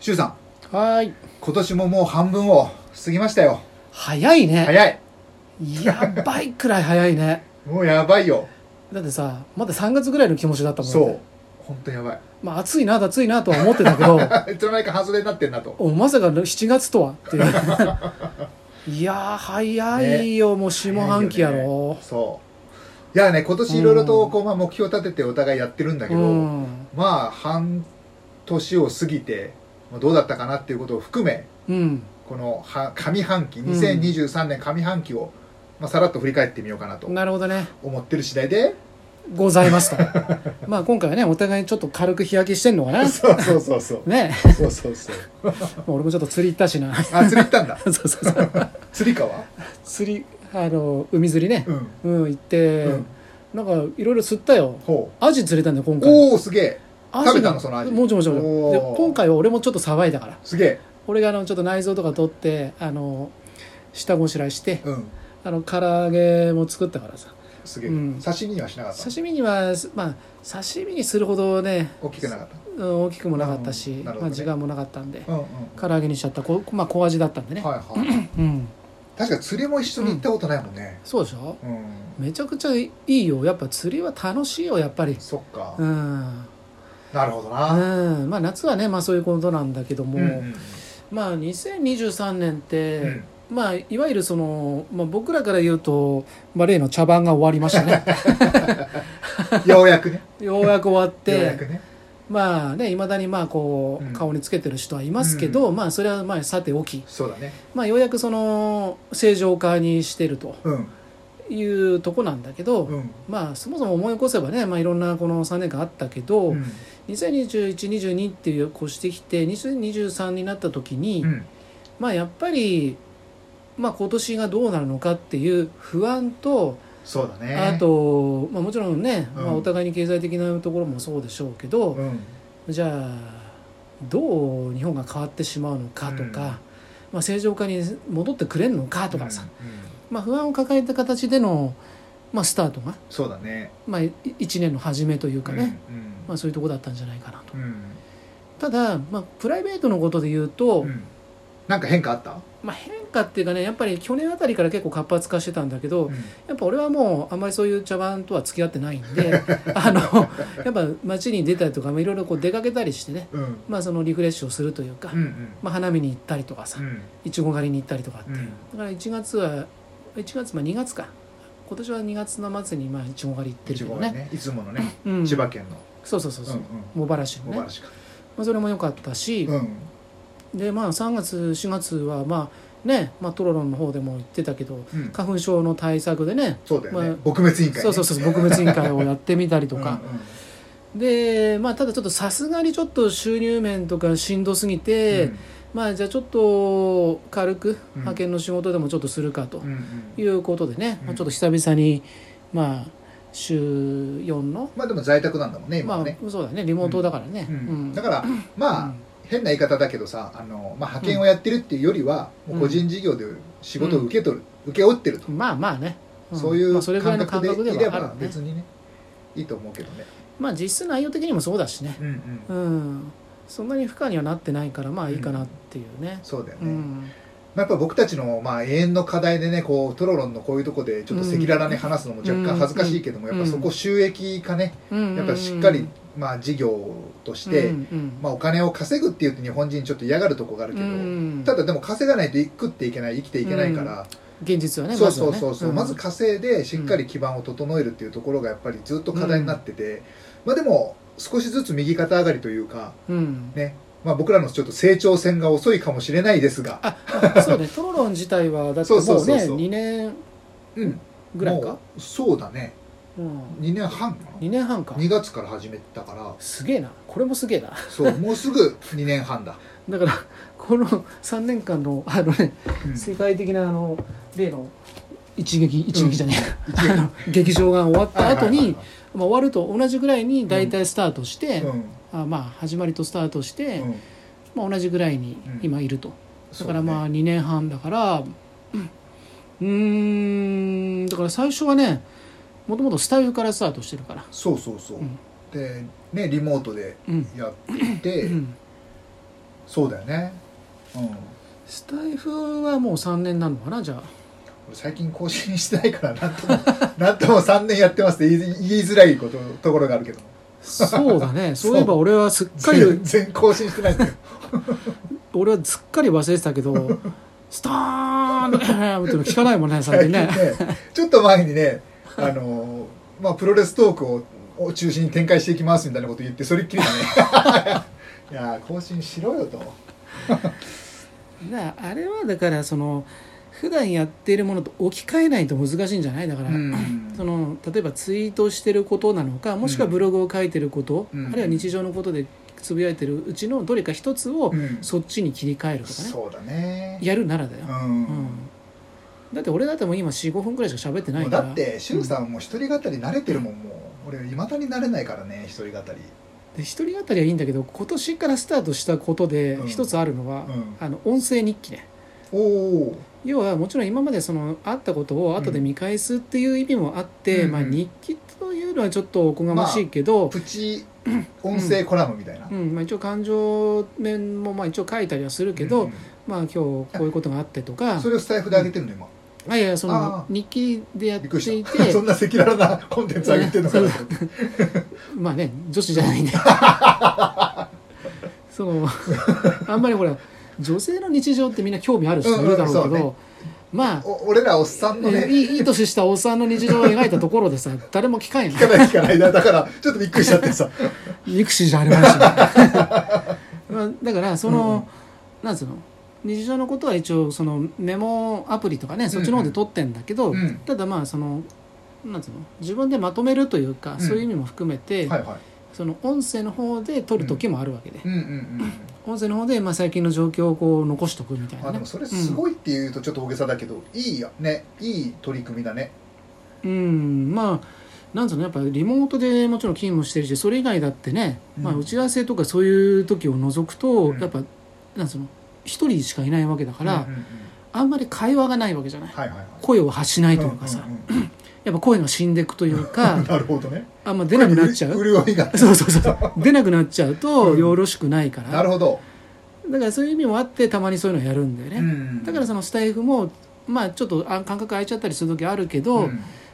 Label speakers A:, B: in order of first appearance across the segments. A: シュウさん、
B: はーい。
A: 今年ももう半分を過ぎましたよ。
B: 早いね。
A: 早い。
B: やばいくらい早いね。
A: もうやばいよ。
B: だってさ、まだ3月ぐらいの気持ちだったもんね。
A: そう。ほんとやば
B: まあ暑いな、暑いなとは思ってた けど、
A: い。いつの間にか半袖になってんなと。
B: おまさか7月とはって いう。いやー、早いよ、もう下半期や
A: 早いよ
B: ろ
A: ね。そう。いやね、今年いろいろとこう、まあ、目標立ててお互いやってるんだけ
B: う
A: ど、
B: ん。
A: まあ半年を過ぎて、まあどうだったかなっていうことを含め、
B: うん。
A: このは上半期、
B: ん
A: 2023年上半期を、まあ、さらっと振り返ってみようかなと
B: なるほどね。
A: 思ってる次第 で、
B: ござ いますと。まあ今回はね、お互いちょっと軽く日焼けしてんのかな。
A: そうそうそうそう。
B: ね。
A: そうそうそう。
B: まあ俺もちょっと釣り行った しな。
A: あ、釣り行ったんだ。
B: そうそうそう。
A: 釣りかは
B: 釣り、あの、海釣りね
A: う。ん。
B: うん、行って、
A: うん
B: なんかいろいろ釣ったよ
A: ほう。
B: アジ釣れたんだよ今回
A: おおすげえ
B: アジが
A: 食べたのそのアジ
B: もちろんもちろん
A: おー
B: で今回は俺もちょっとさばいたから
A: すげえ
B: 俺があのちょっと内臓とか取ってあの下ごしらえして
A: うん
B: あの唐揚げも作ったからさ
A: すげえ、
B: うん
A: 刺身にはしなかった
B: 刺身にはまあ刺身にするほどね
A: 大きくなかった
B: うん大きくもなかったし、
A: うんなるほどね
B: まあ、時間もなかったんで
A: うんうん
B: 唐揚げにしちゃったこ、まあ、小味だったんでね、
A: はいはい
B: うん、
A: 確かに釣りも一緒に行ったことないもんね
B: そうでしょ
A: うん、
B: めちゃくちゃいいよやっぱ釣りは楽しいよやっぱり
A: そっか、
B: うん
A: なるほどな
B: うんまあ、夏はね、まあ、そういうことなんだけども、
A: うんうん
B: まあ、2023年って、
A: うん
B: まあ、いわゆるその、まあ、僕らから言うと、まあ、例の茶番が終わりまし たね
A: ようやくね
B: ようやく終わっ
A: ようや
B: て
A: くね
B: まあねいまだにまあこう、
A: うん
B: 顔につけてる人はいますけど、まあ、それはまあさておき、
A: そうだね
B: まあ、ようやくその正常化にしてると
A: うん
B: いうとこなんだけど、
A: うん
B: まあ、そもそも思い起こせばね、まあ、いろんなこの3年間あったけど、
A: うん
B: 202122っていう越してきて2023になった時に、
A: うん
B: まあやっぱり、まあ、今年がどうなるのかっていう不安と、
A: そうだね
B: あと、まあ、もちろんね、
A: うん
B: まあ、お互いに経済的なところもそうでしょうけど、
A: うん
B: じゃあどう日本が変わってしまうのか
A: う
B: とか、
A: ん
B: まあ、正常化に戻ってくれるのかとかさ、
A: うんうん
B: まあ、不安を抱えた形での、まあ、スタートが、
A: そうだね
B: まあ、1年の初めというかね、
A: うん
B: まあ、そういうところだったんじゃないかなと
A: う。ん
B: ただ、まあ、プライベートのことで言うと、
A: うんなんか変化あった
B: まあ、変化っていうかねやっぱり去年あたりから結構活発化してたんだけど、
A: うん
B: やっぱ俺はもうあんまりそういう茶番とは付き合ってないん であのやっぱ街に出たりとかまあいろいろこう出かけたりしてね、
A: うん
B: まあ、そのリフレッシュをするというか、
A: うんうん
B: まあ、花見に行ったりとかさ
A: うん
B: いちご狩りに行ったりとかっていう、
A: うん
B: だから1月は1月まあ2月か今年は2月の末にまあいちご狩り行って
A: い
B: る
A: ち
B: け
A: ご
B: ど
A: が
B: ね
A: ねいつものね
B: うん、
A: 千葉県の
B: そうそうそうそう、
A: う
B: 茂原市の
A: んうん小
B: ね、ま
A: 原市か
B: あ、それも良かったし、
A: うん
B: でまあ3月4月はまあね、まあ、トロロンの方でも言ってたけど
A: うん
B: 花粉症の対策でね
A: そうだよね、
B: まあ
A: 撲滅委員会、ね、
B: そうそうそう撲滅委員会をやってみたりとか、
A: うんうん
B: でまあただちょっとさすがにちょっと収入面とかしんどすぎて、
A: うん
B: まあじゃあちょっと軽く
A: うん
B: 派遣の仕事でもちょっとするかと
A: うんうん
B: いうことでね、
A: うん
B: まあ、ちょっと久々にまあ週4の、
A: まあでも在宅なんだもんね今
B: ま
A: はね、
B: あそうだねリモートだからね、
A: うん
B: うん
A: だからまあ、
B: うん
A: 変な言い方だけどさあの、まあ、派遣をやってるっていうよりは、
B: うん
A: もう個人事業で仕事を受け取る、受け負ってると、
B: まあまあね、ん
A: そうい
B: ま
A: う
B: あ、それぐらいの
A: 感
B: 感
A: 覚
B: 覚
A: で
B: で
A: いれ
B: はある
A: ば
B: ね
A: 別にねいいと思うけどね、
B: まあ実質内容的にもそうだしね
A: うんうん
B: うんそんなに負荷にはなってないからまあいいかなっていうね、
A: そうだよ
B: う
A: ね、ま
B: ん
A: あ、やっぱ僕たちの、まあ、永遠の課題でねこうトロロンのこういうとこでちょっと赤裸々に話すのも若干恥ずかしいけども、
B: うん
A: やっぱそこ収益化ね
B: うん、
A: やっぱしっかり、まあ、事業として、
B: うんうん
A: まあ、お金を稼ぐっていうと日本人ちょっと嫌がるとこがあるけど、
B: うん
A: ただでも稼がないと食っていけない生きていけないから、
B: 現実はね
A: そうそうそうそう、ま
B: まず
A: ず
B: はね
A: 稼いでしっかり基盤を整えるっていうところがやっぱりずっと課題になってて、まあでも少しずつ右肩上がりというか
B: うんうん
A: ね、まあ、僕らのちょっと成長線が遅いかもしれないですが、
B: そ うねトロロン自体はだって
A: そう
B: も
A: そう
B: う
A: そう
B: ね
A: そう
B: 2年
A: うん、
B: ぐらいか
A: もうそうだね
B: うん、
A: 2年半かな
B: 2年半か
A: 2月から始めたから
B: すげえなこれもすげえな
A: そうもうすぐ2年半だ、
B: だからこの3年間のあのね
A: うん
B: 世界的なあの例の一撃一撃じゃねえ、あの劇場が終わった後に、まあ、終わると同じぐらいに大体スタートして、
A: うんうん
B: あまあ始まりとスタートして、
A: うん
B: まあ、同じぐらいに
A: うん
B: 今いると、だからま
A: あ
B: あ2年半だからうんうーんだから最初はねもともとスタイフからスタートしてるから
A: そうそうそう、
B: うん
A: でねリモートで
B: うん、
A: やって
B: う
A: て
B: ん、
A: そうだよねうん
B: スタイフはもう3年なのかなじゃあ
A: 俺最近更新してないからなんとも なんとも3年やってますって言い言いづらいことところがあるけど
B: そうだ ね
A: そう
B: そういえば俺はすっかり
A: 全然更新して ないんだよ
B: 俺はすっかり忘れてたけどスターンドっていうの聞かないもんね最近 ね
A: 最近ねちょっと前にねあのーまあプロレストークをを中心に展開していきますみたいなこと言ってそれっきり だねいやー更新しろよと
B: だからあれはだからその普段やっているものと置き換えないと難しいんじゃないだから、
A: うん
B: その例えばツイートしてることなのかもしくはブログを書いてること、
A: うん
B: あるいは日常のことでつぶやいてるうちのどれか一つを
A: うん
B: そっちに切り替えるとかね、
A: そうだね
B: やるならだよ
A: う、
B: うん
A: ん
B: だって俺だってもう今45分くらいしか喋ってない
A: もう
B: か
A: だ
B: ら
A: ってしゅんさんもう一人語り慣れてるもんもう俺いまだに慣れないからね一人語り
B: で一人語りはいいんだけど今年からスタートしたことで
A: うん
B: 一つあるのは、
A: うん
B: あの音声日記ね
A: おお
B: 要はもちろん今までそのあったことを後で見返すっていう意味もあって、
A: うん
B: まあ、日記というのはちょっとおこがましいけど、
A: プチ音声コラムみたいな、
B: うんまあ、一応感情面もまあ一応書いたりはするけど、
A: うん
B: まあ今日こういうことがあってとか
A: それをスタイフで上げてるの今
B: あいやいやそ
A: あ
B: の日記でやっ
A: びってくり
B: い
A: してた そんな赤裸々なコンテンツ上げてるのかなと思って
B: まあね女子じゃない んでそのあんまりほら女性の日常ってみんな興味ある人いるだろうけど、
A: うんうんそうね
B: まあ
A: お俺らおっさんの
B: え
A: ね
B: いいいい年したおっさんの日常を描いたところでさ誰も聞かんやん
A: 聞かない聞かないだだからちょっとびっくりしちゃって さ
B: 憎しじゃありま し、ねまあ、だからその、なんつうの日常のことは一応そのメモアプリとかねそっちの方で撮ってんだけど、
A: うん
B: ただまあそのなんつうの自分でまとめるというか、
A: ん
B: そういう意味も含めて、
A: はいはい
B: その音声の方で撮る時もあるわけで、
A: うんうんうん
B: 音声の方でまあ最近の状況をこう残しとくみたい
A: あで
B: なね
A: もそれすごいっていうとちょっと大げさだけど、いいやねいい取り組みだね
B: うん、うんまあなんつうのやっぱリモートでもちろん勤務してるしそれ以外だってね、まあ、
A: うん
B: 打ち合わせとかそういう時を除くと、
A: うん
B: やっぱなんつうの一人しかいないわけだから、
A: うんうんうん
B: あんまり会話がないわけじゃない
A: はいはいはい
B: 声を発しないというかさ、
A: うんうんうん
B: やっぱ声が死んでいくという か
A: なるほどね
B: あんま出なくなっちゃう
A: 潤 いが
B: そうそうそうそう出なくなっちゃう
A: う
B: と
A: ん
B: よろしくないか
A: な
B: ら、
A: るほど、
B: だからそういう意味もあってたまにそういうのやるんだよね、だから
A: そ
B: そのスタイフもまあちょっとあ感覚空いちゃったりする時あるけど、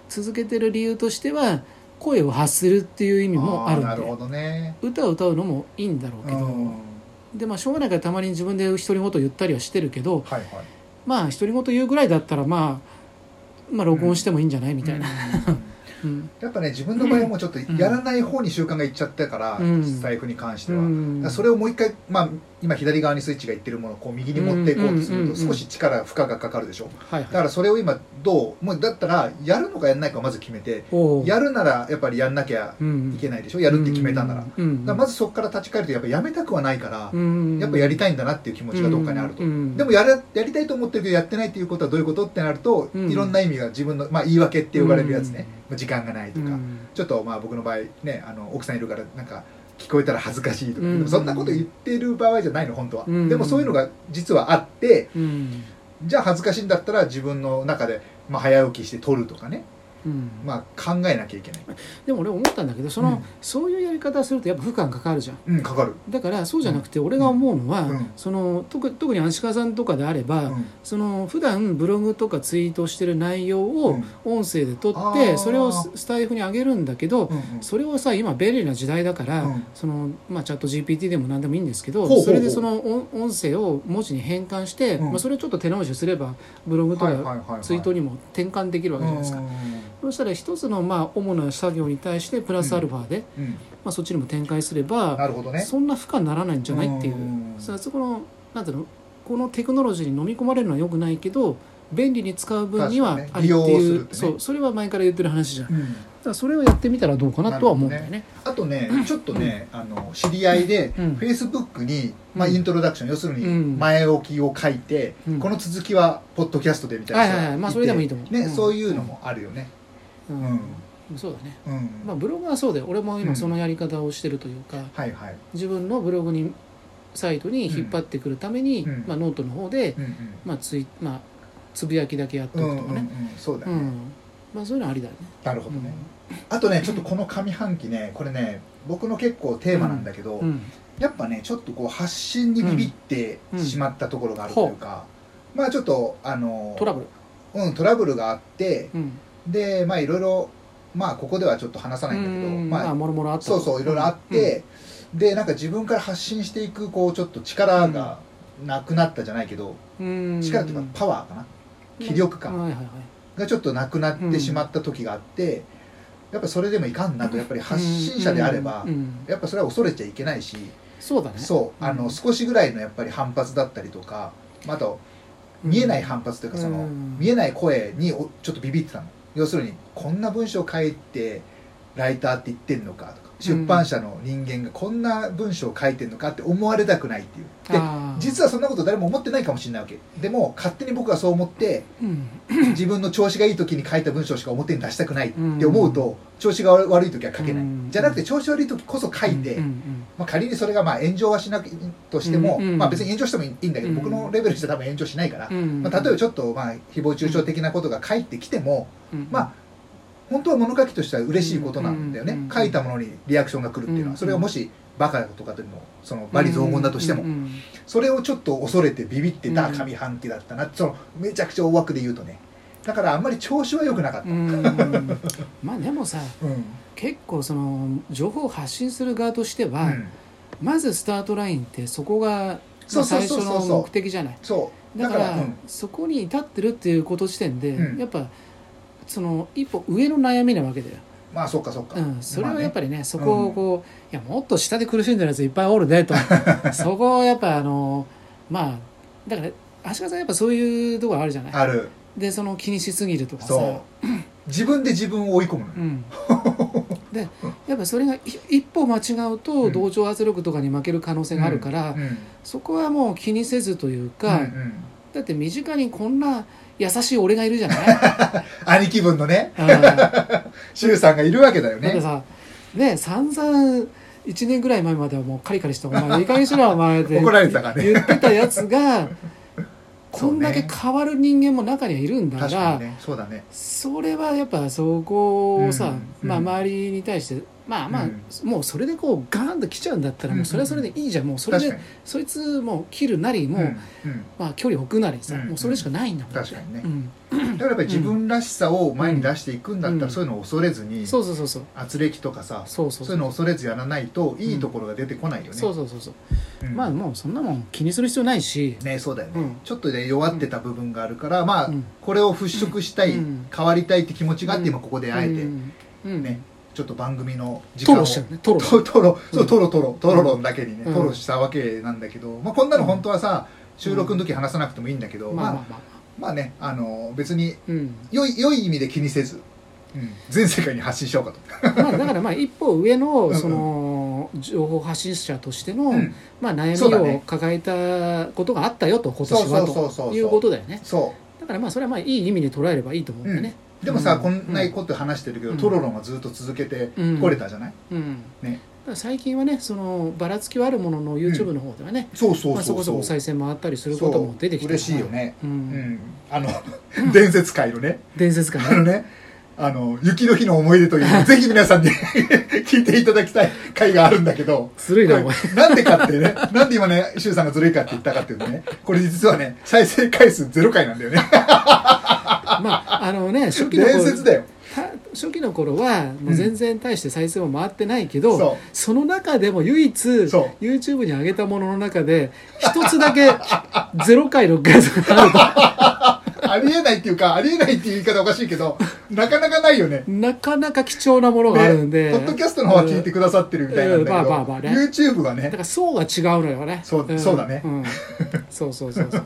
B: 続けてる理由としては声を発するっていう意味もあるん
A: なる
B: で
A: ほどね
B: 歌を歌うのもいいんだろうけど、
A: うん
B: でまあしょうがないからたまに自分で独り言言ったりはしてるけど
A: はいはい
B: まあ独り言言うぐらいだったらまあまあ録音してもいいんじゃないみたいな、
A: うんうん
B: うん
A: やっぱね自分の場合はもうちょっと
B: ん
A: やらない方に習慣がいっちゃったから、
B: うん
A: 財布に関しては、
B: う
A: だ
B: ん
A: からそれをもう一回、まあ、今左側にスイッチがいってるものをこう右に持っていこうとする
B: う
A: と
B: んうんうん
A: 少し力負荷がかかるでしょ
B: はい
A: だからそれを今どうもうだったらやるのかやらないかをまず決めて
B: おう
A: やるならやっぱりやんなきゃ
B: うん
A: いけないでしょやるって決めたんならだか
B: うん
A: らまずそこから立ち返るとやっぱやめたくはないから
B: うん
A: やっぱやりたいんだなっていう気持ちがどっかにあると
B: うんうん
A: でもやるやりたいと思ってるけどやってないっていうことはどういうことってなると、
B: うん
A: いろんな意味が自分の、まあ、言い訳って呼ばれるやつね、
B: う
A: まあ時間がないとか、
B: うん
A: ちょっとまあ僕の場合ねあの奥さんいるからなんか聞こえたら恥ずかしいとか、
B: うん
A: でもそんなこと言ってる場合じゃないの本当は、
B: うん
A: でもそういうのが実はあって
B: うん
A: じゃあ恥ずかしいんだったら自分の中で、まあ、早起きして撮るとかね、
B: うん
A: まあ、考えなきゃいけない、
B: でも俺思ったんだけどその、
A: うん
B: そういうやり方するとやっぱ負荷かかるじゃん
A: うん、かかる、
B: だからそうじゃなくて俺が思うのは、
A: うん
B: その特特に足利さんとかであれば、
A: うん
B: その普段ブログとかツイートしてる内容
A: う
B: を
A: ん
B: 音声で撮
A: あ
B: って、
A: ー
B: それをススタイフに上げるんだけど、
A: うんうん
B: それをさ今便利な時代だから、
A: うん
B: そのまあ、チャット GPT でも何でもいいんですけど
A: ほうほうほう
B: それでその音音声を文字に変換して、
A: うん
B: まあ、それをちょっと手直しすればブログと
A: はいはい
B: か
A: はいはい
B: ツイートにも転換できるわけじゃないですか、そうしたら一つのまあ主な作業に対してプラスアルファで、
A: うんうん
B: まあ、そっちにも展開すれ
A: うん
B: ば、
A: なるほどね
B: そんな負荷にならないんじゃないっていう
A: うん
B: さあそこのなんていうのこのテクノロジーに飲み込まれるのはよくないけど便利に使う分には
A: 確か
B: あ
A: にね
B: りって
A: 利用す
B: い
A: る
B: う,、
A: ってね
B: そうそれは前から言ってる話じゃんだ
A: うん
B: からそれをやってみたらどうかなとは思うんだよね
A: あとねちょっとねあの知り合いで
B: うん
A: フェイスブックに、まあ、
B: うん
A: イントロダクション要するに
B: うん
A: 前置きを書いて、
B: うん
A: この続きはポッドキャストでみたいな人が
B: はいはいはいまあ
A: て
B: それでもいいと思う
A: ね、
B: うん
A: そういうのもあるよね
B: う
A: うん、
B: んそうだね
A: うん
B: まあブログはそうだよ俺も今そのやり方をしてるというか、
A: はいはい、
B: 自分のブログにサイトに引っ張ってくるために、
A: うん
B: まあ、ノートの方で、
A: うん
B: まあついまあ、つぶやきだけやって
A: う
B: お
A: んう
B: く
A: んう
B: とか
A: んう
B: ね、
A: ん、そうだ
B: う
A: ね、
B: んまあ、そういうのありだよね
A: なるほどね、あとねちょっとこの上半期ねこれね僕の結構テーマなんだけど、
B: うんうん
A: やっぱねちょっとこう発信にビビって
B: うん
A: しまったところがあるというか、まあちょっとあの
B: トラブル、
A: うん、トラブルがあって、
B: うん
A: でまあいろいろまあここではちょっと話さないんだけど、
B: うんま
A: ま
B: あ
A: あ、
B: もろもろあった
A: そうそういろいろあって、でなんか自分から発信していくこうちょっと力がなくなったじゃないけど、
B: うん
A: 力というかパワーかな気力か
B: はいはいはい
A: がちょっとなくなってしまった時があって、やっぱそれでもいかんなとやっぱり発信者であれば、
B: うんうん
A: やっぱそれは恐れちゃいけないし、
B: そうだね
A: そうあの、
B: うん
A: 少しぐらいのやっぱり反発だったりとかまた見えない反発というかその、
B: うん
A: 見えない声におちょっとビビってたの要するにこんな文章書いてライターって言ってんのかとか出版社の人間がこんな文章書いてんのかって思われたくないっていうで
B: あー
A: 実はそんなこと誰も思ってないかもしれないわけでも勝手に僕はそう思って
B: うん
A: 自分の調子がいい時に書いた文章しか表に出したくないって思うと調子が悪い時は書けな
B: う
A: い
B: ん
A: じゃなくて調子悪い時こそ書いて、
B: うんうん
A: まあ、仮にそれがまあ炎上はしなくとしても、
B: うんうん
A: まあ、別に炎上してもいいんだけど、
B: うん
A: 僕のレベルじゃ多分炎上しないから、
B: うん
A: まあ、例えばちょっとまあ誹謗中傷的なことが返ってきても
B: うん
A: まあ本当は物書きとしては嬉しいことなんだよね、
B: うん
A: 書いたものにリアクションが来るっていうの
B: う
A: は
B: ん
A: それはもしバカとかでもその罵詈雑言だとしても、
B: うんうん
A: それをちょっと恐れてビビって
B: う
A: た
B: ん
A: 上半期だったなそのめちゃくちゃ大枠で言うとねだからあんまり調子は良くなかっ
B: う
A: た、
B: んうんまあでもさ
A: うん
B: 結構その情報を発信する側としては、
A: うん
B: まずスタートラインってそこが
A: そうそう
B: 最
A: そう
B: 初
A: そう
B: の目的じゃない
A: そう
B: だ
A: だ
B: か
A: から
B: ら
A: うん
B: そこに至ってるっていうこと時点で、
A: うん
B: やっぱその一歩上の悩みなわけだよ、
A: まあそっかそっか、
B: うん、それはやっぱりね,、そ
A: ね
B: こをこう、いやもっと下で苦しんでるやついっぱいおるでと そこをやっぱあのまあだから足利さんやっぱそういうところあるじゃない
A: ある
B: でその気にしすぎるとかさ
A: そう自分で自分を追い込むのよ、
B: うん、でやっぱそれがい一歩間違う
A: う
B: と
A: ん
B: 同調圧力とかに負ける可能性があるから、
A: うんうん
B: そこはもう気にせずというか、
A: うんうん
B: だって身近にこんな優しい俺がいる じゃない、
A: 兄貴分のね
B: うん、だ
A: 周さんがいるわけだよ
B: っ
A: ね
B: てさね散々1年ぐらい前まではもうカリカリして「お前いい加減にしろお前」って
A: 怒られてたからね
B: 言ってたやつが、 こんだ
A: そ
B: け
A: うね
B: 変わる人間も中にはいるんだか
A: 確
B: ら
A: かにねそうだね
B: それはやっぱそこをさ、
A: うん
B: まあ、
A: うん
B: 周りに対してまあまあ、
A: うん
B: もうそれでこうガーンと来ちゃうんだったらもうそれはそれでいいじゃんもうそれ
A: 確か
B: で
A: に
B: そいつもう切るなりもう、
A: うんうん
B: まあ、距離を置くなりさ、
A: うん
B: もうそれしかないんだもん
A: 確かにね
B: うん
A: だからやっぱり自分らしさを前に出していくんだった
B: う
A: ら
B: ん
A: そういうのを恐れずに
B: そうそうそうそう
A: 圧力とかさ
B: そうそう
A: そうい
B: そうう
A: のを恐れずやらないといいところが出てこないよね
B: そうそうそうそう
A: うん
B: まあもうそんなもん気にする必要ないし、
A: ねそうだよ
B: うん
A: ねちょっとね弱ってた部分があるからまあ
B: うん
A: これを払拭したい
B: うん
A: 変わりたいって気持ちがあって今ここであえ
B: う
A: て
B: んうん
A: ねちょっと番組の時
B: ト
A: 間
B: ロ
A: を
B: してるねトロ
A: トトロそううんトロトロトロロンだけにね、
B: うん
A: トロしたわけなんだけど、まあ、こんなの本当はさ収録の時話さなくてもいいんだけど、ま
B: ま
A: あ
B: あまあまあ
A: まあねあの別に
B: うん
A: 良い良い意味で気にせず、うん全世界に発信しようかと、
B: まあだからまあ一歩上
A: うん
B: のその情報発信者としての
A: うん
B: まあ悩
A: そう
B: み
A: だね
B: を抱えたことがあったよと今年は
A: そうそうそうそうそ
B: と
A: う
B: いうことだよね
A: そ
B: だからまあそれはまあいい意味で捉えればいいと思うんだよね
A: うでもさ、
B: うん
A: こんなこと話してるけど、
B: うん
A: トロロンはずっと続けて
B: うん
A: これたじゃない、
B: うんだ
A: ね
B: から最近はねそのばらつきはあるものの YouTube の方ではね
A: そうそうそうそう、
B: まあそこそこお再生回ったりすることも出てき
A: そう
B: て
A: 嬉しいよね
B: う
A: うん、
B: ん
A: あの伝説界のね
B: 伝説
A: あ
B: 感ね
A: のねあの雪の日の思い出というぜひ皆さんに 聞いていただきたい回があるんだけど
B: ずるいなお
A: これな
B: 前
A: んでかってね、 なんで今ね、シュウさんがずるいかって言ったかっていうとね、これ実はね、再生回数ゼロ回なんだよね。
B: まああのね初期の
A: 伝
B: 頃
A: 説だよ。
B: た初期の頃はもう全然大して再生も回ってないけど、
A: うんそう
B: その中でも唯一
A: そう
B: YouTube に上げたものの中で一つだけ 0回6回とかあ る
A: ありえないっていうか、ありえないっていう言い方おかしいけど、なかなかないよね。
B: となかなか貴重なもの
A: ね
B: があるんで、
A: ポッドキャストの方は聞いてくださってるみたいなんだ
B: うん
A: け
B: まあまあまあ
A: ど、
B: ね
A: YouTube は
B: だか
A: ね、
B: ら層が違うのよね
A: そうそうだね
B: んそうそうそうそう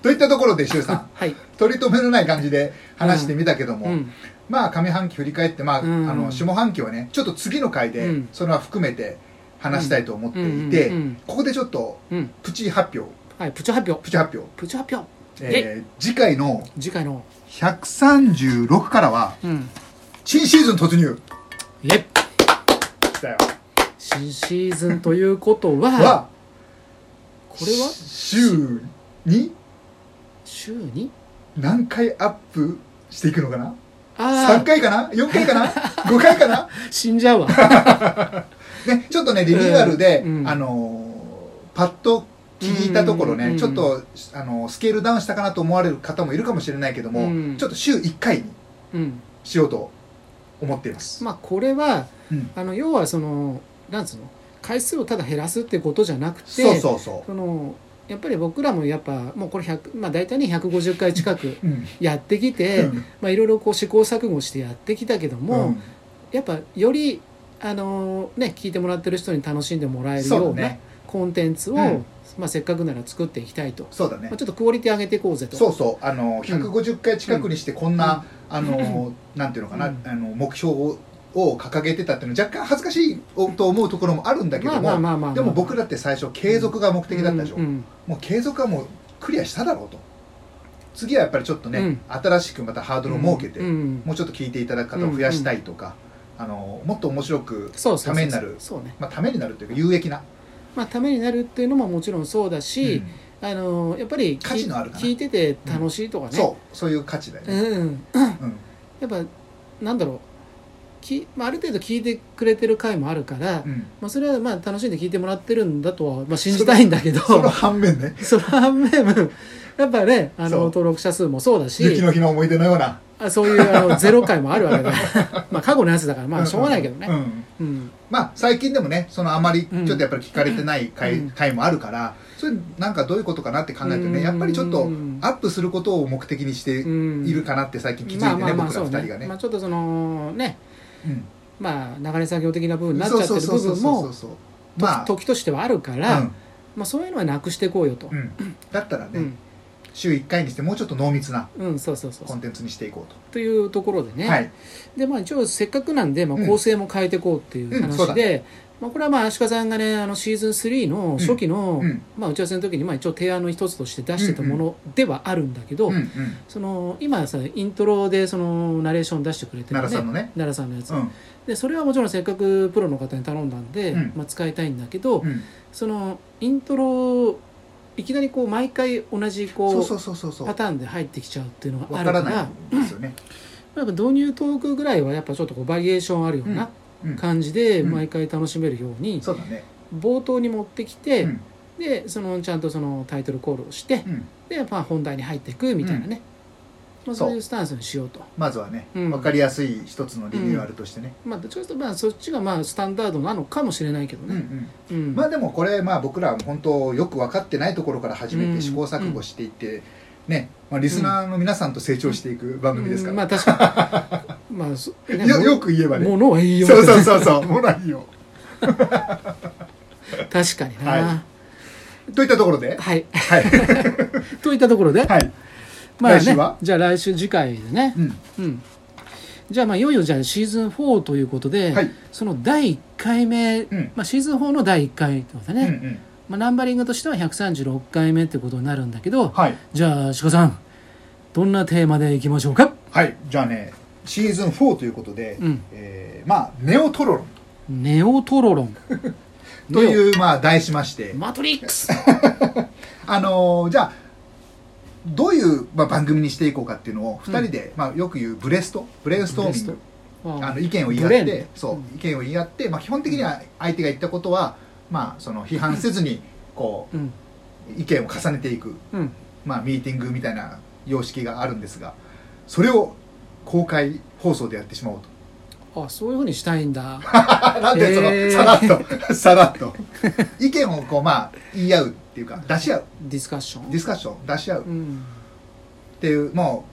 A: といったところで周さ ん
B: はい、
A: 取り留めのない感じで話してみたけども、
B: うん、
A: まあ上半期振り返って、まあ
B: うん
A: あの下半期はねちょっと次の回
B: う
A: で
B: ん
A: それは含めて話したいと思ってい
B: うんう
A: て
B: ん
A: ここでちょっと
B: うんうん
A: プチ発表
B: はい、プチ発表
A: プチ発表、
B: プチ発表
A: えー次回の
B: 次回の
A: 136からは
B: うん
A: 新シーズン突入
B: イェイ
A: だよ
B: 新シーズンということは
A: は
B: これは
A: 週に
B: 週に
A: 何回アップしていくのかな
B: あ
A: 3回かな4回かな5 回かな
B: あ死んじゃうわ
A: ね、ちょっとね、リニューアルで、
B: うんうん
A: あのーパッと聞いたところね、
B: うんうん
A: ちょっと、あのースケールダウンしたかなと思われる方もいるかもしれないけども、
B: うん
A: ちょっと週1回に
B: うん
A: しようと思っています。
B: まあこれは
A: うん
B: あの要はそのなんつうの回数をただ減らすってことじゃなくて
A: そうそうそ
B: そのやっぱり僕らもやっぱもうこれ100、まあ、大体ね150回近く
A: う。うん。
B: やってきて、
A: うん
B: まあ、いろいろこう試行錯誤してやってきたけども、
A: うん
B: やっぱより、あのね、聞いてもらってる人に楽しんでもらえる
A: そ
B: よ
A: う
B: う
A: だ
B: な
A: ね。
B: コンテンツを、
A: うん
B: まあ、せっかくなら作っていきたいと、
A: そうだね
B: まあ、。ちょっとクオリティ上げていこうぜと
A: そうそう。あのー、150回近くにしてこんな、あ のー、なんていうのかな、
B: うん
A: あの、目標を、を掲げてたっていうのは若干恥ずかしいと思うところもあるんだけど
B: まあ
A: も、
B: まあまあまあ、まあ、
A: でも僕だって最初継続が目的だったでしょ、
B: うんうん
A: もう継続はもうクリアしただろうと次はやっぱりちょっとね、
B: うん
A: 新しくまたハードルを設けて、
B: うん
A: もうちょっと聞いていただく方を増やしたいとか、あのもっと面白く、
B: そうそうそ
A: た
B: う
A: めになる
B: そうね、
A: まあ、ためになるというか有益な、
B: まあ、ためになるっていうのももちろんそうだ
A: うん
B: し、あのやっぱり聞い
A: 価値のあるかな
B: 聞いてて楽しいとかね、
A: そうそういう価値だよね、
B: うん、
A: うん
B: やっぱなんだろうき、まあ、ある程度聞いてくれてる回もあるから、
A: うん
B: まあ、それはまあ楽しんで聞いてもらってるんだとは、まあ、信じたいんだけど
A: その反面ね
B: その反面やっぱねあ
A: そう
B: の登録者数もそうだ
A: 雪
B: し
A: の日の思い出のような
B: あそういうあのゼロ回もあるわけだ まあ過去のやつだからま
A: ん
B: あ
A: ん
B: しょうがないけどね、
A: うん
B: うん
A: まあ最近でもねそのあまりち
B: うん
A: ょっとやっぱり聞かれてない回,、
B: うん
A: 回もあるからそれなんかどういうことかなって考えると
B: う
A: ね
B: ん
A: やっぱりちょっとアップすることを目的にして
B: うん
A: いるかなって最近気づいてね、
B: まあまあまあ
A: 僕
B: そ
A: ら
B: う
A: 二人が
B: ね、
A: ね、
B: まあ、ちょっとそのね
A: うん
B: まあ流れ作業的な部分になっちゃってる部分
A: そうそうそうそう
B: も
A: そうまあ
B: 時としてはあるから、まあ、そういうのはなくしていこうよと
A: う、んうん、だったらね、
B: うん
A: 週1回にしてもうちょっと濃密な
B: うん、そうそうそう
A: コ
B: そう
A: ンテンツにしていこうと、
B: というところでね、
A: はい
B: でまあ一応せっかくなんで、まあ、
A: うん
B: 構成も変えていこうっていう
A: うんそう
B: 話
A: だ
B: で、まあ、これはまあ足利さんがねあのシーズン3の初期の、
A: うん
B: まあ、打ち合わせの時にまあ一応提案の一つとして出してたものではあるんだけど、
A: うんうん
B: その今さイントロでそのナレーション出してくれてる、
A: 奈良さんのね
B: 奈良さんのやつ、
A: うん
B: でそれはもちろんせっかくプロの方に頼んだんで、
A: うん
B: まあ、使いたいんだけど、
A: うん
B: そのイントロいきなりこう毎回同じこ
A: そ
B: う
A: うそうそうそうそう
B: パターンで入ってきちゃうっていうのがあ
A: わ
B: る
A: か
B: から
A: らないんですよね、
B: やっぱ導入トークぐらいはやっぱちょっとこうバリエーションあるような
A: うんうん
B: 感じで
A: うん
B: 毎回楽しめるように
A: そうだね
B: 冒頭に持ってきて、
A: うん
B: でそのちゃんとそのタイトルコールをして
A: うん
B: で、まあ、本題に入っていくみたいなね、まあ、
A: そう
B: そういうスタンスにしようと。
A: まずはね、
B: うん
A: わかりやすい一つのリニューアルとしてね、
B: まあ、どっちかというとまあそっちがまあスタンダードなのかもしれないけど
A: うんう
B: ね、
A: ん
B: うん
A: まあでもこれまあ僕らは本当よく分かってないところから始め
B: うん
A: て試行錯誤していって、ね、まあ、リスナーの皆さんと成長していく番組ですか
B: うんま
A: ら、
B: あ確かにまあそね
A: よ
B: も
A: よく言えばね
B: 物は言いよ
A: そうそう
B: う
A: そうそうもらいよ
B: 確かにな
A: はといったところで
B: はい、
A: はい、
B: といったところで、
A: はい
B: まあね
A: 来週は
B: じゃあ来週次回でね、
A: うん
B: うん、じゃあまあいよいよじゃあシーズン4ということで、
A: はい
B: その第1回目、
A: ん
B: まあ、シーズン4の第1回ってことだ
A: うん
B: ね、
A: うん
B: まあ、ナンバリングとしては136回目ってことになるんだけど、
A: はい、
B: じゃあ志賀さんどんなテーマでいきましょうか
A: はい、じゃあねシーズン4ということで、
B: うん
A: えーまあネオトロロン
B: ネオトロロン
A: と
B: ネ
A: いうまあ題しまして
B: オマトリッ クス
A: あのーじゃあどういう、まあ、番組にしていこうかっていうのを2人で、まあ、よく言うブレストブレインストーミングあの意見を言い合っ
B: ブレー
A: て
B: ン、
A: そうう意見を言い合って、まあ、基本的には相手が言ったことは、まあ、その批判せずにこ
B: うん
A: う意見を重ねていく、
B: うん
A: まあ、ミーティングみたいな様式があるんですがそれを公開放送でやってしまおうと
B: あそういうふうにしたいん だ
A: なんでその、
B: えー
A: さらっとさらっと意見をこう、まあ、言い合うっていうか出し合う
B: ディスカッション
A: ディスカッション出し合うっ
B: うん
A: ていうも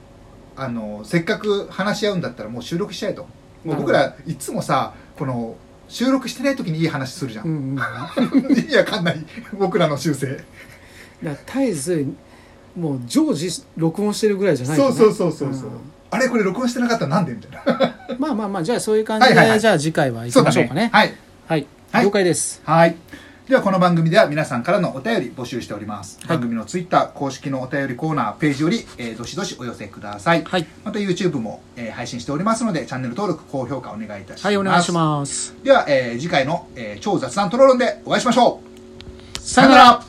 A: うあのせっかく話し合うんだったらもう収録しちゃえともう僕
B: な
A: らいつもさこの収録してない時にいい話するじゃん
B: う んうん、だか
A: 意味わかんない僕らの修正
B: ら絶えずもう常時録音してるぐらいじゃない
A: そうそうそうそうそう、
B: ん
A: あれこれ録音してなかったらなんでみたいな
B: まあまあまあじゃあそういう感じで、
A: はいはいはい
B: じゃあ次回は行きましょうかね
A: はい
B: はい、
A: はい
B: 了解です
A: はい。ではこの番組では皆さんからのお便り募集しております。
B: い
A: 番組のツイッター公式のお便りコーナーページより、えーどしどしお寄せください。
B: はい
A: また YouTube も、えー配信しておりますのでチャンネル登録高評価お願いいたします。
B: はいお願いします
A: す。では、えー次回の、えー超雑談トロロンでお会いしましょう。
B: さよなら